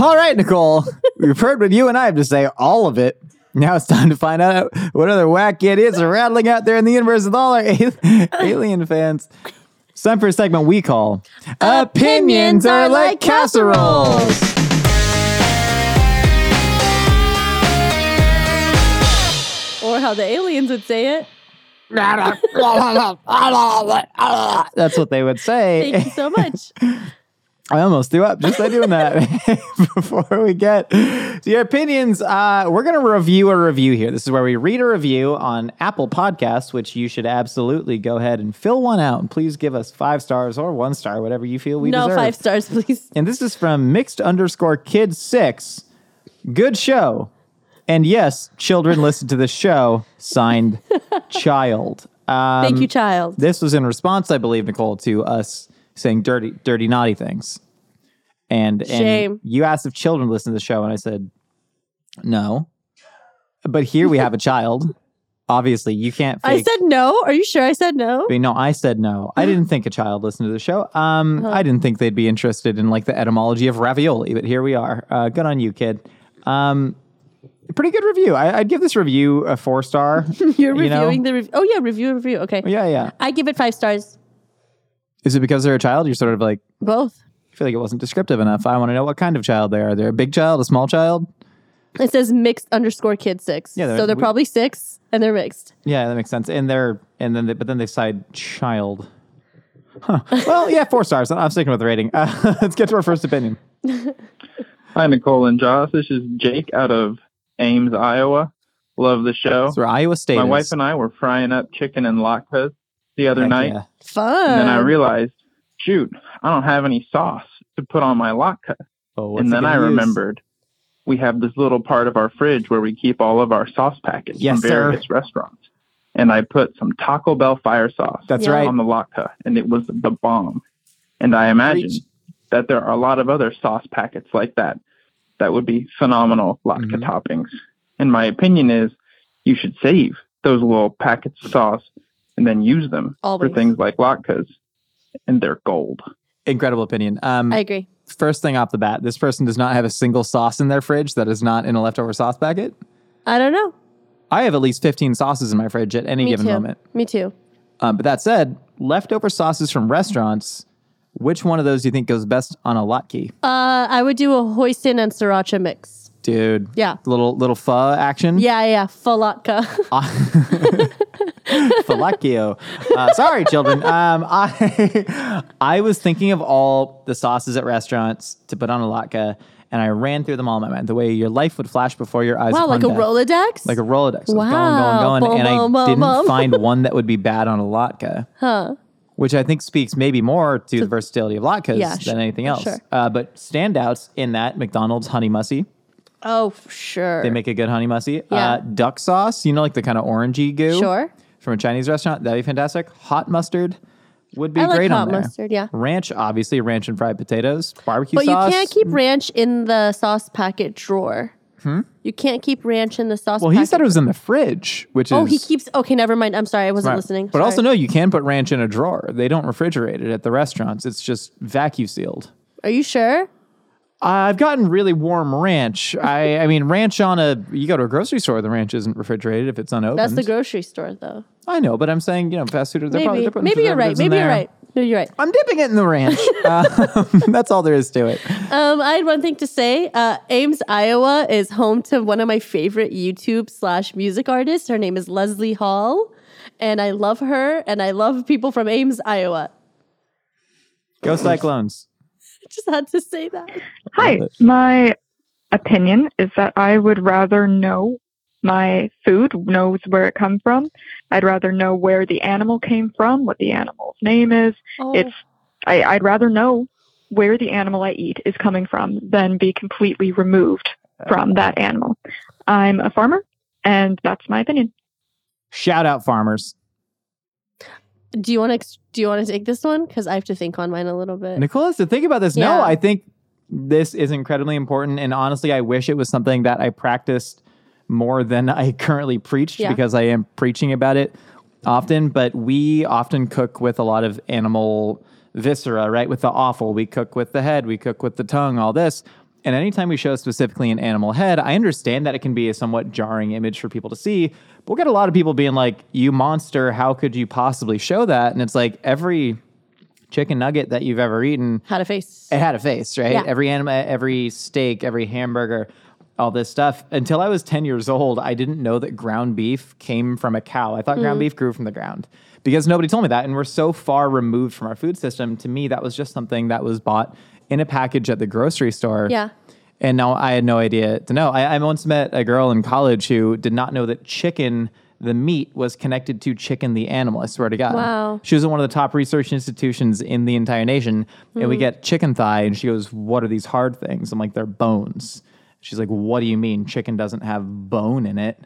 B: All right, Nicole. We've heard what you and I have to say, all of it. Now it's time to find out what other whack idiots are rattling out there in the universe with all our al- alien fans. It's time for a segment we call
C: Opinions Are Like Casseroles. Or how the aliens would say it.
B: That's what they would
C: Thank
B: say.
C: you so much.
B: I almost threw up just by doing that. Before we get to your opinions, uh, we're going to review a review here. This is where we read a review on Apple Podcasts, which you should absolutely go ahead and fill one out. And please give us five stars or one star, whatever you feel we
C: no
B: deserve.
C: five stars, please.
B: And this is from mixed underscore kid six. Good show. And yes, children listen to this show. Signed, child. Um,
C: Thank you, child.
B: this was in response, I believe, Nicole, to us saying dirty, dirty, naughty things. And, and
C: Shame.
B: you asked if children listen to the show, and I said, no. But here we have a child. Obviously, you can't fake
C: I said no. Are you sure I said no?
B: but no, I said no. I didn't think a child listened to the show. Um,
C: Uh-huh.
B: I didn't think they'd be interested in like the etymology of ravioli, but here we are. Uh, good on you, kid. Um, pretty good review. I, I'd give this review a four star.
C: You're
B: you know?
C: reviewing the review. Oh yeah, review, review. Okay.
B: yeah, yeah.
C: I give it five stars.
B: Is it because they're a child? You're sort of like
C: Both.
B: I feel like it wasn't descriptive enough. I want to know what kind of child they are. They're a big child, a small child.
C: It says mixed underscore kid six.
B: Yeah, they're-
C: so they're
B: we-
C: probably six and they're mixed.
B: Yeah, that makes sense. And they're and then they, but then they side child. Huh. Well, yeah, four stars. I'm sticking with the rating. Uh, let's get to our first opinion.
E: Hi, Nicole and Josh. This is Jake out of Ames, Iowa. Love the show.
B: That's where Iowa State.
E: My
B: is.
E: wife and I were frying up chicken and latkes the other
B: Heck
E: night,
B: yeah.
C: Fun.
E: and then I realized, shoot, I don't have any sauce to put on my latke.
B: Oh, what's
E: And
B: it
E: then I
B: gonna use?
E: remembered we have this little part of our fridge where we keep all of our sauce packets
B: Yes,
E: from
B: sir.
E: various restaurants. And I put some Taco Bell fire sauce
B: That's
C: Yeah.
B: right.
E: on the latke, and it was the bomb. And I imagine
B: Preach.
E: that there are a lot of other sauce packets like that that would be phenomenal latke
B: Mhm.
E: toppings. And my opinion is you should save those little packets of sauce and then use them
C: Always.
E: for things like latkes, and they're gold.
B: Incredible opinion. Um,
C: I agree.
B: first thing off the bat, this person does not have a single sauce in their fridge that is not in a leftover sauce packet.
C: I don't know.
B: I have at least 15 sauces in my fridge at any
C: Me
B: given
C: too.
B: moment.
C: Me too.
B: Um, but that said, leftover sauces from restaurants, which one of those do you think goes best on a latke?
C: Uh, I would do a hoisin and sriracha mix.
B: Dude.
C: Yeah.
B: Little little pho action.
C: Yeah, yeah, yeah. Falatka.
B: Falacchio. Uh, sorry, children. Um, I I was thinking of all the sauces at restaurants to put on a latke, and I ran through them all in my mind. The way your life would flash before your eyes.
C: wow,
B: upon
C: like a
B: death.
C: Rolodex?
B: Like a Rolodex. I was
C: Wow.
B: Going, going, going. and I
C: Boom, boom,
B: didn't
C: boom.
B: find one that would be bad on a latke. Huh. Which I think speaks maybe more to the versatility of latkes
C: Yeah,
B: than
C: sure,
B: anything else.
C: sure.
B: Uh, but standouts in that McDonald's honey mussie.
C: oh, f- sure.
B: They make a good honey mussie.
C: Yeah.
B: Uh, duck sauce, you know, like the kind of orangey goo
C: Sure.
B: from a Chinese restaurant. That'd be fantastic. Hot mustard would be
C: I like
B: great
C: hot
B: on there.
C: mustard, yeah.
B: Ranch, obviously, ranch and fried potatoes, barbecue
C: But
B: sauce.
C: you can't keep ranch in the sauce packet drawer. Hmm? You can't keep ranch in the sauce
B: Well,
C: packet
B: he said it was in the fridge, which
C: Oh,
B: is
C: he keeps. Okay, never mind. I'm sorry. I wasn't
B: Right.
C: listening.
B: But also,
C: Sorry.
B: no, you can put ranch in a drawer. They don't refrigerate it at the restaurants. It's just vacuum sealed.
C: Are you sure?
B: I've gotten really warm ranch. I, I mean, ranch on a you go to a grocery store, the ranch isn't refrigerated if it's unopened.
C: That's the grocery store, though.
B: I know, but I'm saying you know fast food. They're probably,
C: Maybe.
B: they're putting
C: Maybe you're right.
B: preservatives in
C: Maybe you're
B: there.
C: right. No, you're right.
B: I'm dipping it in the ranch. Uh, that's all there is to it.
C: Um, I had one thing to say. Uh, Ames, Iowa is home to one of my favorite YouTube slash music artists. Her name is Leslie Hall, and I love her, and I love people from Ames, Iowa.
B: Go Cyclones.
C: Just had to say that.
F: Hi,
B: Love it.
F: my opinion is that I would rather know my food knows where it comes from. I'd rather know where the animal came from, what the animal's name is.
C: Oh,
F: It's I, I'd rather know where the animal I eat is coming from than be completely removed from that animal. I'm a farmer, and that's my opinion.
B: Shout out farmers.
C: Do you want to? Do you want to take this one? Because I have to think on mine a little bit.
B: Nicole has to think about this. No,
C: Yeah.
B: I think this is incredibly important. And honestly, I wish it was something that I practiced more than I currently preached
C: Yeah.
B: because I am preaching about it often. But we often cook with a lot of animal viscera, right? With the offal, we cook with the head, we cook with the tongue, all this. And anytime we show specifically an animal head, I understand that it can be a somewhat jarring image for people to see. But we'll get a lot of people being like, you monster, how could you possibly show that? And it's like every chicken nugget that you've ever eaten
C: How to face.
B: it had a face, right?
C: Yeah.
B: Every anima, every steak, every hamburger, all this stuff. Until I was 10 years old, I didn't know that ground beef came from a cow. I thought
C: Mm-hmm.
B: ground beef grew from the ground because nobody told me that. And we're so far removed from our food system. To me, that was just something that was bought in a package at the grocery store.
C: Yeah.
B: And now I had no idea to know. I, I once met a girl in college who did not know that chicken, the meat, was connected to chicken, the animal. I swear to God.
C: Wow.
B: She was in one of the top research institutions in the entire nation. And we get chicken thigh, and she goes, What are these hard things? I'm like, They're bones. She's like, What do you mean? Chicken doesn't have bone in it.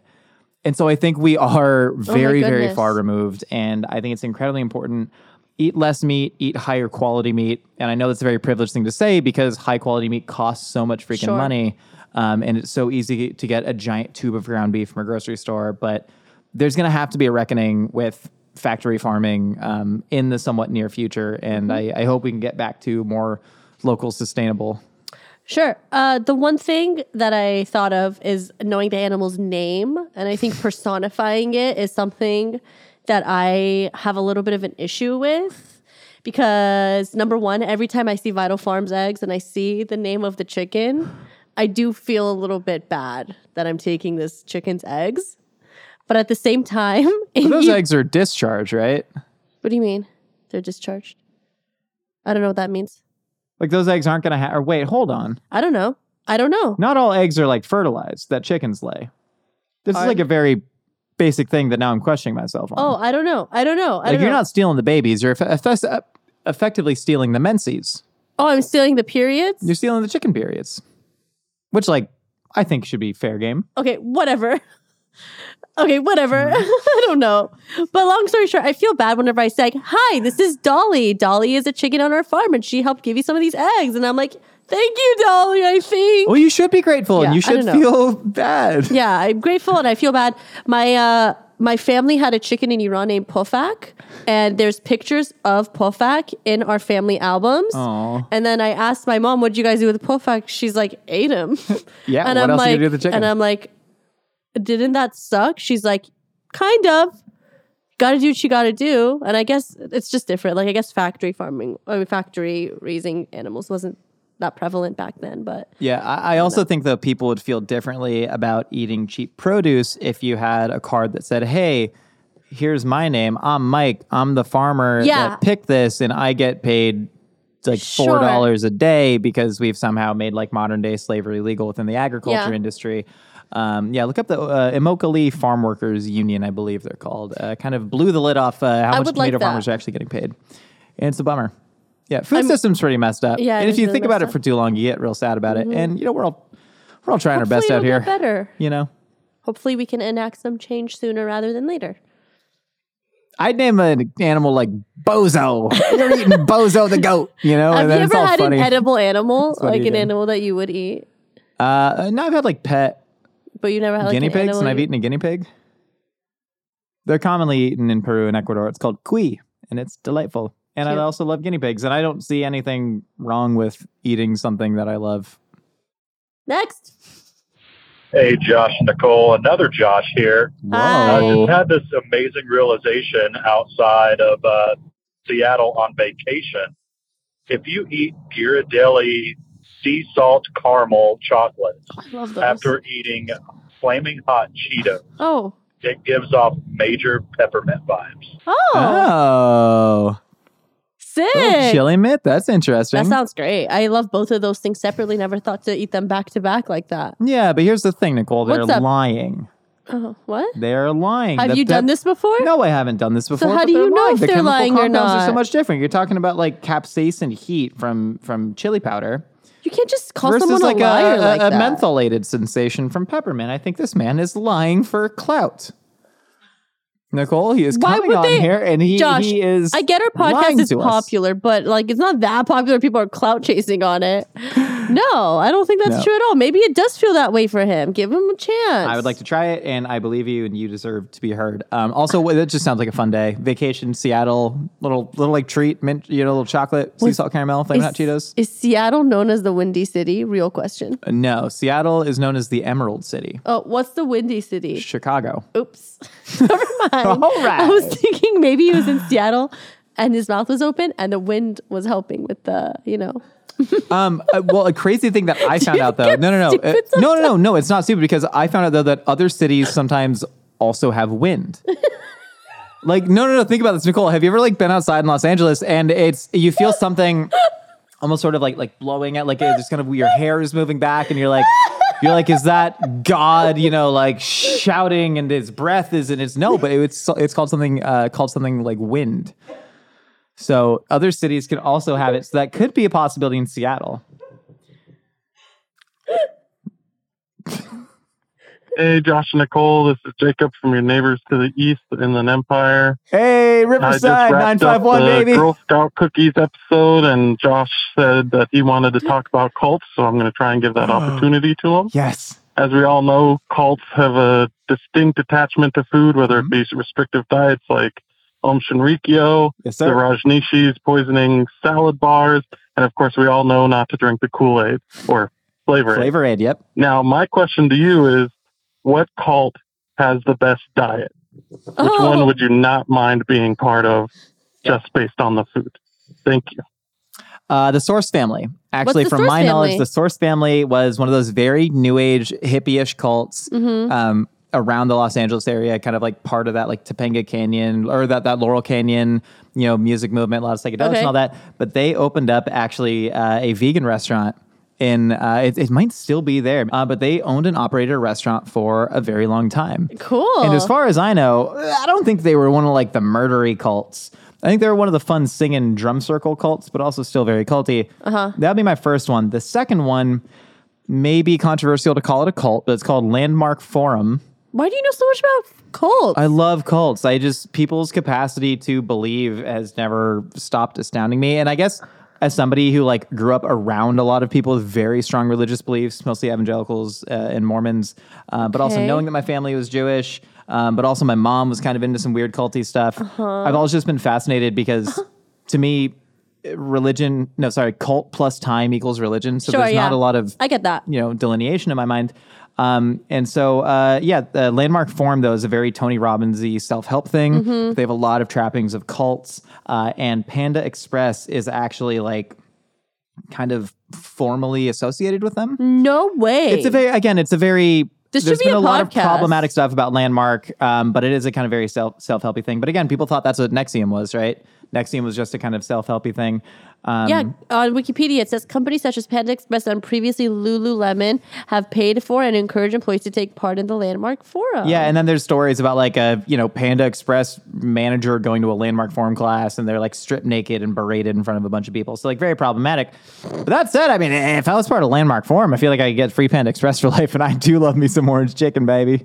B: And so I think we are very, very
C: Oh goodness.
B: far removed. And I think it's incredibly important. Eat less meat, eat higher quality meat. And I know that's a very privileged thing to say because high quality meat costs so much freaking
C: Sure.
B: money. Um, and it's so easy to get a giant tube of ground beef from a grocery store. But there's going to have to be a reckoning with factory farming um, in the somewhat near future. And
C: Mm-hmm.
B: I, I hope we can get back to more local sustainable.
C: Sure. Uh, the one thing that I thought of is knowing the animal's name, and I think personifying it is something that I have a little bit of an issue with because number one, every time I see Vital Farms eggs and I see the name of the chicken, I do feel a little bit bad that I'm taking this chicken's eggs. But at the same time,
B: But those
C: you-
B: eggs are discharged, right?
C: what do you mean? They're discharged. I don't know what that means.
B: Like those eggs aren't going to have, or wait, hold on.
C: I don't know. I don't know.
B: not all eggs are like fertilized that chickens lay. This is like a very basic thing that now I'm questioning myself on.
C: Oh, I don't know. I don't know. I
B: like
C: don't
B: you're
C: know.
B: not stealing the babies, you're eff- eff- uh, effectively stealing the menses.
C: Oh, I'm stealing the periods?
B: You're stealing the chicken periods, which like I think should be fair game.
C: okay, whatever. Okay, whatever. I don't know. But long story short, I feel bad whenever I say, Hi, this is Dolly. Dolly is a chicken on our farm and she helped give you some of these eggs. And I'm like, Thank you, Dolly, I think.
B: Well, you should be grateful and
C: Yeah,
B: you
C: I
B: should
C: don't know.
B: feel bad.
C: Yeah, I'm grateful and I feel bad. My uh my family had a chicken in Iran named Pofak, and there's pictures of Pofak in our family albums.
B: Aw.
C: And then I asked my mom, "What'd you guys do with Pofak?" She's like, "Ate him."
B: Yeah,
C: and
B: what
C: I'm
B: else
C: like,
B: are you gonna do with the chicken?
C: And I'm like, "Didn't that suck?" She's like, "Kind of." Got to do what you got to do, and I guess it's just different. Like I guess factory farming, I mean, factory raising animals wasn't that prevalent back then, but
B: Yeah, I, I also think though people would feel differently about eating cheap produce if you had a card that said, "Hey, here's my name. I'm Mike. I'm the farmer
C: Yeah.
B: that picked this, and I get paid like
C: Sure.
B: four dollars a day because we've somehow made like modern day slavery legal within the agriculture
C: Yeah.
B: industry." Um, yeah, look up the uh, Immokalee Farm Workers Union, I believe they're called. Uh, kind of blew the lid off uh, how much
C: would like
B: tomato
C: that.
B: farmers are actually getting paid, and it's a bummer. Yeah, food system's pretty messed up.
C: Yeah, it
B: and
C: is
B: if you
C: really
B: think about
C: messed
B: it
C: up. Mm-hmm.
B: for too long, you get real sad about it. And you know, we're all we're all trying our best out
C: Hopefully
B: here.
C: it'll get better.
B: You know,
C: Hopefully, we can enact some change sooner rather than later.
B: I'd name an animal like Bozo. You're eating Bozo the goat. You know,
C: Have
B: Oh, and
C: you
B: then it's
C: ever
B: all
C: had
B: funny.
C: an edible animal,
B: what
C: like
B: he
C: an
B: did.
C: animal that you would eat,
B: uh, no, I've had like pet
C: but you never had Oh, like
B: guinea
C: an
B: pigs,
C: animal
B: and I've
C: you-
B: eaten a guinea pig. They're commonly eaten in Peru and Ecuador. It's called cuy, and it's delightful. And I
C: Cute.
B: also love guinea pigs, and I don't see anything wrong with eating something that I love.
C: Next,
G: Hey, Josh and Nicole, another Josh here.
C: Hi.
G: Had this amazing realization outside of uh, Seattle on vacation. If you eat Ghirardelli sea salt caramel chocolate
C: I love those.
G: after eating flaming hot Cheetos,
C: oh,
G: it gives off major peppermint vibes.
C: oh,
B: Oh,
C: sick!
B: oh Ah. chili mitt. That's interesting.
C: That sounds great. I love both of those things separately. Never thought to eat them back to back like that.
B: Yeah, but here's the thing, Nicole. They're
C: What's up?
B: lying.
C: Oh, what?
B: They're lying.
C: Have
B: That-
C: you done
B: that-
C: this before?
B: No, I haven't done this before.
C: how
B: but
C: do you know
B: lying.
C: if
B: the
C: they're
B: chemical
C: lying or
B: compounds Are so
C: not?
B: much different. You're talking about like capsaicin heat from from chili powder
C: You can't just call
B: versus
C: someone
B: like
C: a
B: a,
C: liar
B: a-
C: like
B: a
C: that.
B: mentholated sensation from peppermint. I think this man is lying for clout. Nicole, he is
C: Why
B: coming
C: would
B: on
C: they-
B: here, and he,
C: Josh,
B: he is.
C: I get our
B: lying
C: podcast is
B: to us.
C: popular, but like it's not that popular. People are clout chasing on it. No, I don't think that's
B: No.
C: true at all. Maybe it does feel that way for him. Give him a chance.
B: I would like to try it, and I believe you, and you deserve to be heard. Um, also, well, that just sounds like a fun day. Vacation, Seattle, little little like treat, mint, you know, little chocolate, sea
C: Was-
B: salt caramel, flame hot Cheetos.
C: Is Seattle known as the Windy City? Real question.
B: no, Seattle is known as the Emerald City.
C: Oh, what's the Windy City?
B: Chicago.
C: Oops. Never mind.
B: All right.
C: I was thinking maybe he was in Seattle and his mouth was open and the wind was helping with the, you know.
B: Um, uh, well, a crazy thing that I found out though. No, no, no,
C: stupid
B: Uh, no, no, no, no. It's not stupid because I found out though that other cities sometimes also have wind. like, no, no, no. Think about this, Nicole. Have you ever like been outside in Los Angeles and it's you feel something almost sort of like like blowing at like it's just kind of your hair is moving back and you're like. You're like, is that God? You know, like shouting, and his breath is, and it's no, but it's it's called something uh, called something like wind. So other cities can also have it. So that could be a possibility in Seattle.
H: Hey, Josh and Nicole, this is Jacob from your neighbors to the east in an empire.
B: Hey,
H: I
B: Riverside
H: just wrapped up
B: 951,
H: the
B: baby.
H: Girl Scout cookies episode, and Josh said that he wanted to talk about cults, so I'm going to try and give that opportunity to him.
B: Yes.
H: As we all know, cults have a distinct attachment to food, whether it be restrictive diets like Om Shinrikyo,
B: Yes,
H: the Rajneeshis poisoning salad bars, and of course, we all know not to drink the Kool Aid or flavor. Aid.
B: Flavor Aid, yep.
H: Now, my question to you is what cult has the best diet? Which
C: Oh.
H: one would you not mind being part of just based on the food? Thank you.
B: Uh, the Source family. Actually,
C: the
B: from
C: Source
B: my knowledge,
C: family?
B: the Source family was one of those very new age, hippie ish cults
C: Mm-hmm.
B: um, around the Los Angeles area, kind of like part of that, like Topanga Canyon or that, that Laurel Canyon, you know, music movement, a lot of psychedelics
C: Okay.
B: and all that. But they opened up actually uh, a vegan restaurant. In uh, it, it might still be there, uh, but they owned and operated a restaurant for a very long time.
C: Cool.
B: And as far as I know, I don't think they were one of like the murdery cults. I think they were one of the fun singing drum circle cults, but also still very culty. Uh-huh. That'd be my first one. The second one may be controversial to call it a cult, but it's called Landmark Forum.
C: Why do you know so much about cults?
B: I love cults. I just people's capacity to believe has never stopped astounding me. And I guess as somebody who like grew up around a lot of people with very strong religious beliefs, mostly evangelicals uh, and Mormons, uh, but also
C: Okay.
B: knowing that my family was Jewish, um, but also my mom was kind of into some weird culty stuff.
C: Uh-huh.
B: I've always just been fascinated because to me, religion no sorry cult plus time equals religion so
C: Sure,
B: there's not a
C: yeah.
B: lot of
C: I get that.
B: you know delineation in my mind. Um, and so uh, yeah, the landmark form though is a very Tony Robbins-y self-help thing.
C: Mm-hmm.
B: They have a lot of trappings of cults, uh, and Panda Express is actually like kind of formally associated with them.
C: No way.
B: It's a very again, it's a very
C: This should
B: there's
C: be
B: been a,
C: a
B: lot of
C: podcast.
B: problematic stuff about landmark, um, but it is a kind of very self self helpy thing. But again, people thought that's what Nexium was, right? Nexium was just a kind of self helpy thing. Um,
C: yeah, on Wikipedia it says companies such as Panda Express and previously Lululemon have paid for and encourage employees to take part in the landmark forum.
B: Yeah, and then there's stories about like a you know Panda Express manager going to a landmark forum class and they're like stripped naked and berated in front of a bunch of people. So like very problematic. But that said, I mean, eh, if I was part of landmark forum, I feel like I could get free Panda Express for life, and I do love me some orange chicken, baby.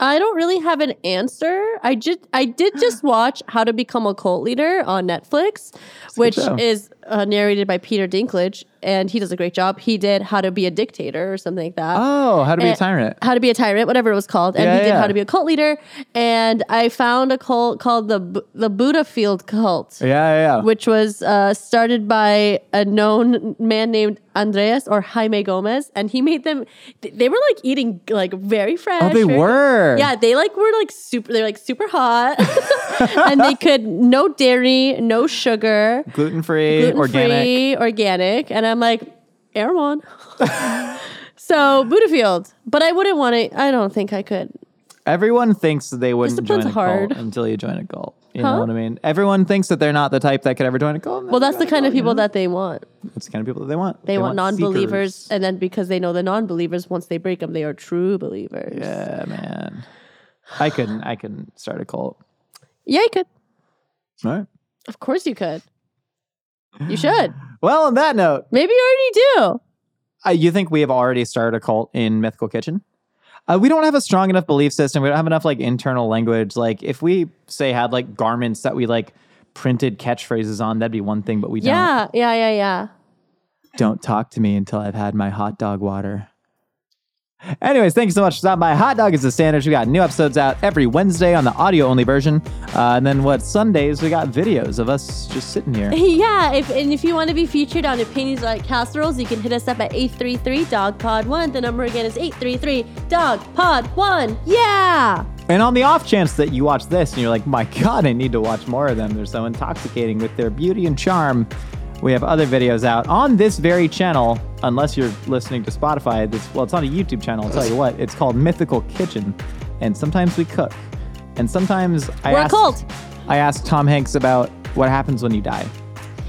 C: I don't really have an answer. I just I did just watch How to Become a Cult Leader on Netflix, which
B: show.
C: is uh, narrated by Peter Dinklage, and he does a great job. He did How to Be a Dictator or something like that.
B: Oh, how to be a
C: And-
B: tyrant.
C: How to be a tyrant, whatever it was called, and
B: Yeah,
C: he did
B: yeah.
C: How to be a cult leader. And I found a cult called the B- the Buddha Field cult,
B: Yeah, yeah, yeah.
C: which was uh, started by a known man named Andreas or Jaime Gomez, and he made them. th- They were like eating like very fresh.
B: Oh, they
C: very-
B: were.
C: Yeah, they like were like super. They're like super hot, and they could no dairy, no sugar,
B: Gluten free,
C: gluten
B: organic.
C: free, organic, and I'm like, Erewhon. so Budafield, but I wouldn't want to. I don't think I could.
B: Everyone thinks that they wouldn't join
C: Discipline's
B: a
C: hard.
B: cult until you join a cult. You
C: Huh?
B: know what I mean? Everyone thinks that they're not the type that could ever join a cult.
C: Well, that's the kind of people that they want.
B: that's the kind of people that they want.
C: They, want, non-believers,
B: seekers.
C: and then because they know the non-believers, once they break them, they are true believers. Yeah,
B: Yeah, man. I couldn't. I couldn't start a cult.
C: you could.
B: All right.
C: Of course, you could. You should.
B: Well, on that note,
C: Maybe you already do.
B: uh, you think we have already started a cult in Mythical Kitchen? uh, we don't have a strong enough belief system. We don't have enough like internal language. Like if we say had like garments that we like printed catchphrases on, that'd be one thing. But we
C: yeah, yeah, yeah, yeah.
B: don't. Don't talk to me until I've had my hot dog water. Anyways, thank you so much for stopping by. Hot Dog is the standard. We got new episodes out every Wednesday on the audio only version. Uh, and then what Sundays we got videos of us just sitting here.
C: Yeah, if, and if you want to be featured on Opinions Like Casseroles, you can hit us up at 833-DOG-POD1. The number again is 833-DOG-POD1. Yeah!
B: And on the off chance that you watch this and you're like, my God, I need to watch more of them. They're so intoxicating with their beauty and charm. We have other videos out on this very channel, unless you're listening to Spotify. This, well, it's on a YouTube channel. I'll tell you what, it's called Mythical Kitchen. And sometimes we cook. And sometimes I
C: We're a
B: asked,
C: cult.
B: I asked Tom Hanks about what happens when you die.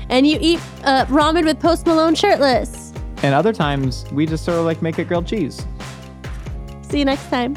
C: And you eat uh, ramen with Post Malone shirtless.
B: And other times we just sort of like make a grilled cheese.
C: See you next time.